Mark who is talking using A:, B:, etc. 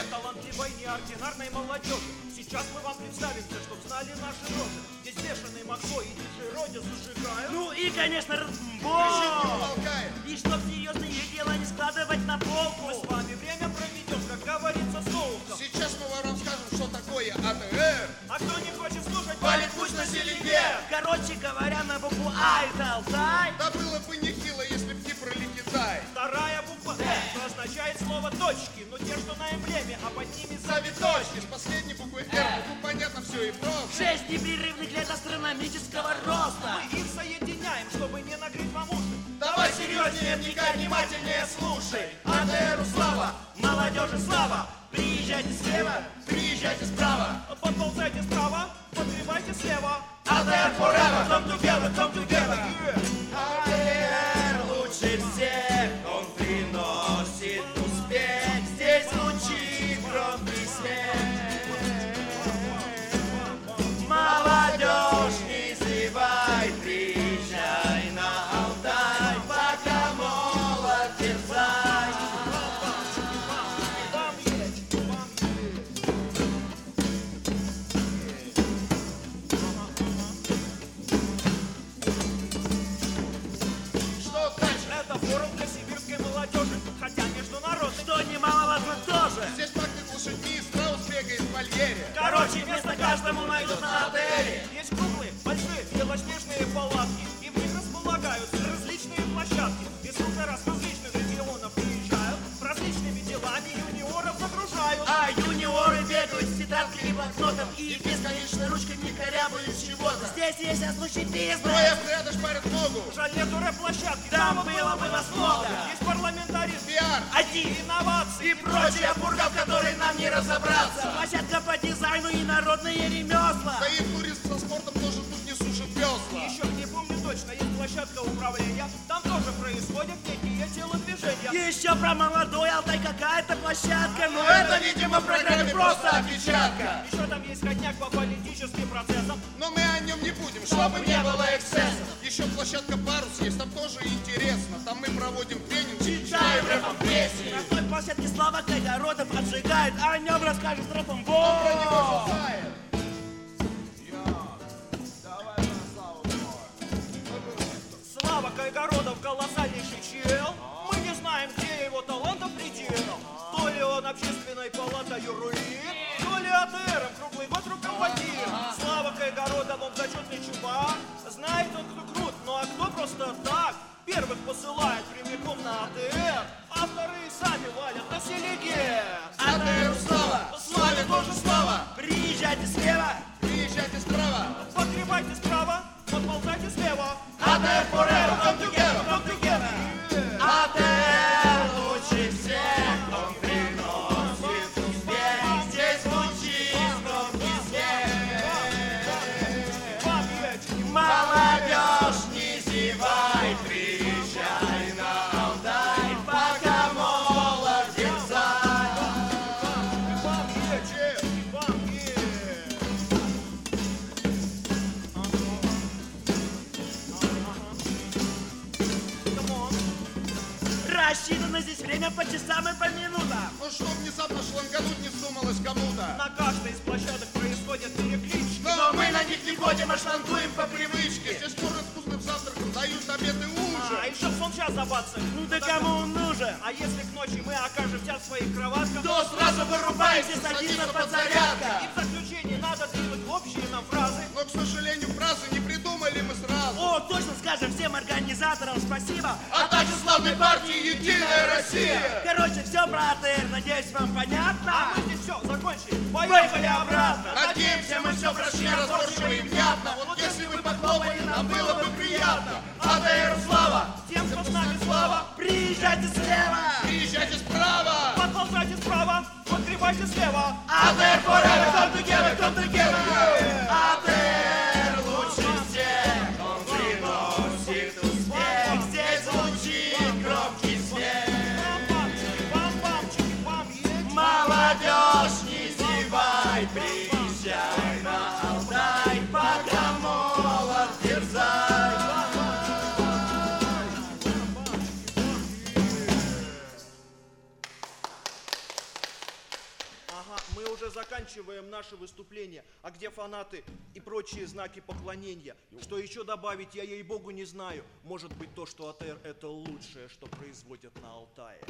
A: особой неординарной молодежи. Сейчас мы вам представимся, чтоб знали наши рожи. Здесь бешеный Максо и диджей Родя зажигают.
B: Ну и, конечно,
C: Кричит, не
B: разбор.
C: умолкая.
B: И чтоб серьезные дела не складывать на
A: Мы с
B: полку.
A: вами время проведем, как говорится, с толком.
C: Сейчас мы вам расскажем, что такое АТР.
A: А кто не хочет слушать,
C: Валит пусть на селенге.
B: Короче говоря, на букву А это Алтай.
C: Да было бы нехило, если б не про Китай.
A: Вторая буква «Э», что означает слово «точки», но те, что на эмблеме, а под ними
C: Завиточки с последней буквы Р. Ну понятно все и просто.
B: Шесть непрерывных лет астрономического роста.
A: Мы их соединяем, чтобы не накрыть вам уши.
C: Давай серьезнее, вникай, внимательнее слушай. АТРу слава,
B: Молодежи слава, приезжайте слева,
C: приезжайте справа.
A: Подползайте справа, подгребайте слева.
C: АТР forever,
A: Come together, come together.
B: АТР лучше всех, он приносит успех. Здесь звучит громкий смех. Молодежь, не зевай, приезжай на Алтай, пока молод дерзай.
A: Вам есть, вам
C: Что дальше?
A: Это форум для сибирской молодежи, хотя международный.
B: Что немаловажно тоже.
C: Здесь пахнет лошадьми, страус бегает в вольере.
B: Короче, место каждому найдут на отеле.
A: Есть круглые, большие, белоснежные палатки. И в них располагаются различные площадки. И сколько раз различных регионов приезжают, с различными делами юниоров загружают.
B: А юниоры бегают с тетрадкой и блокнотом И бесконечно ручками корябают чего-то Здесь есть ослушатые
C: Трое отряда шпарят ногу.
A: Жаль, нету рэп-площадки,
B: Там было бы нас много
A: Есть парламентаризм,
C: Пиар.
B: Один
A: инновации
B: и прочая бурга, в которой нам не разобраться Площадка по дизайну и народные ремесла
C: Да и турист со спортом тоже тут не сушит весла.
A: Еще не помню точно, есть площадка управления, там тоже происходят некие телодвижения.
B: Еще про молодой Алтай какая-то площадка Но
C: Это, видимо, в программе просто опечатка.
A: Еще там есть ходняк по политическим процессам.
C: Но мы о нем не будем, чтобы не было эксцессов. Еще площадка парус есть, там тоже интересно. Там мы проводим тренинг, читаем рэпом песни.
B: На той площадке слова Кайгородов отжигает
A: а
B: О нем расскажет рэпом
C: Про него
B: Бог
C: шутает.
A: Слава Кайгородов колоссальнейший чел. Мы не знаем, где его талантов предел. То ли он общественной палатой рулит, то ли АТРом круглый год руководит. Слава Кайгородов, он зачетный чувак. Знает он, кто крут, ну а кто просто так. Первых посылает прямиком на АТР, а вторые сами валят на селеге.
C: АТР слава, славе тоже слава.
B: Приезжайте слева,
C: Приезжайте справа,
A: Подгребайте справа, подползайте слева.
B: АТР forever,
A: Come together, come together.
B: Отель лучше всех, он приносит успех. Здесь звучит громкий смех.
A: Вам есть.
B: Молодежь, не зевай, приезжай на Алтай, пока молод дерзай.
A: Вам есть. Вам есть. Come on.
B: Рассчитано здесь время по часам и по минутам.
C: ну что внезапно шлангануть не вздумалось кому-то.
A: На каждой из площадок происходят переклички.
B: Но мы на них не ходим, а швантуем по
C: Привычки,
B: привычке.
C: здесь кормят вкусным завтраком, дают обед и ужин.
A: А еще в сон час забацать.
B: Ну да кому он нужен?
A: А если к ночи мы окажемся в своих кроватках,
B: То сразу вырубаемся, садится подзарядка.
A: и в заключение надо двинуть общие нам фразы.
C: Но, к сожалению, фразы не придумали мы сразу.
B: О, точно скажем всем организаторам спасибо.
C: А также славной партии «Единая Россия».
B: Короче, все про АТР, надеюсь, вам понятно.
A: А мы здесь все, закончили.
B: Поехали обратно.
C: Надеемся, мы все прошли разборчиво и внятно. Вот если бы похлопали, нам было бы приятно. АТР слава,
A: Тем, кто с нами слава,
B: Приезжайте слева.
C: приезжайте справа.
A: подползайте справа, подгребайте слева.
C: АТР forever, come together, come together.
B: АТР лучше всех, он приносит успех. Здесь звучит громкий смех.
A: Бам-бамчики, бам-бамчики, бам есть.
B: Молодежь, не зевай, приезжай на Алтай.
A: заканчиваем наше выступление. А где фанаты и прочие знаки поклонения? Что еще добавить, я ей-богу не знаю. Может быть то, что АТР это лучшее, что производят на Алтае.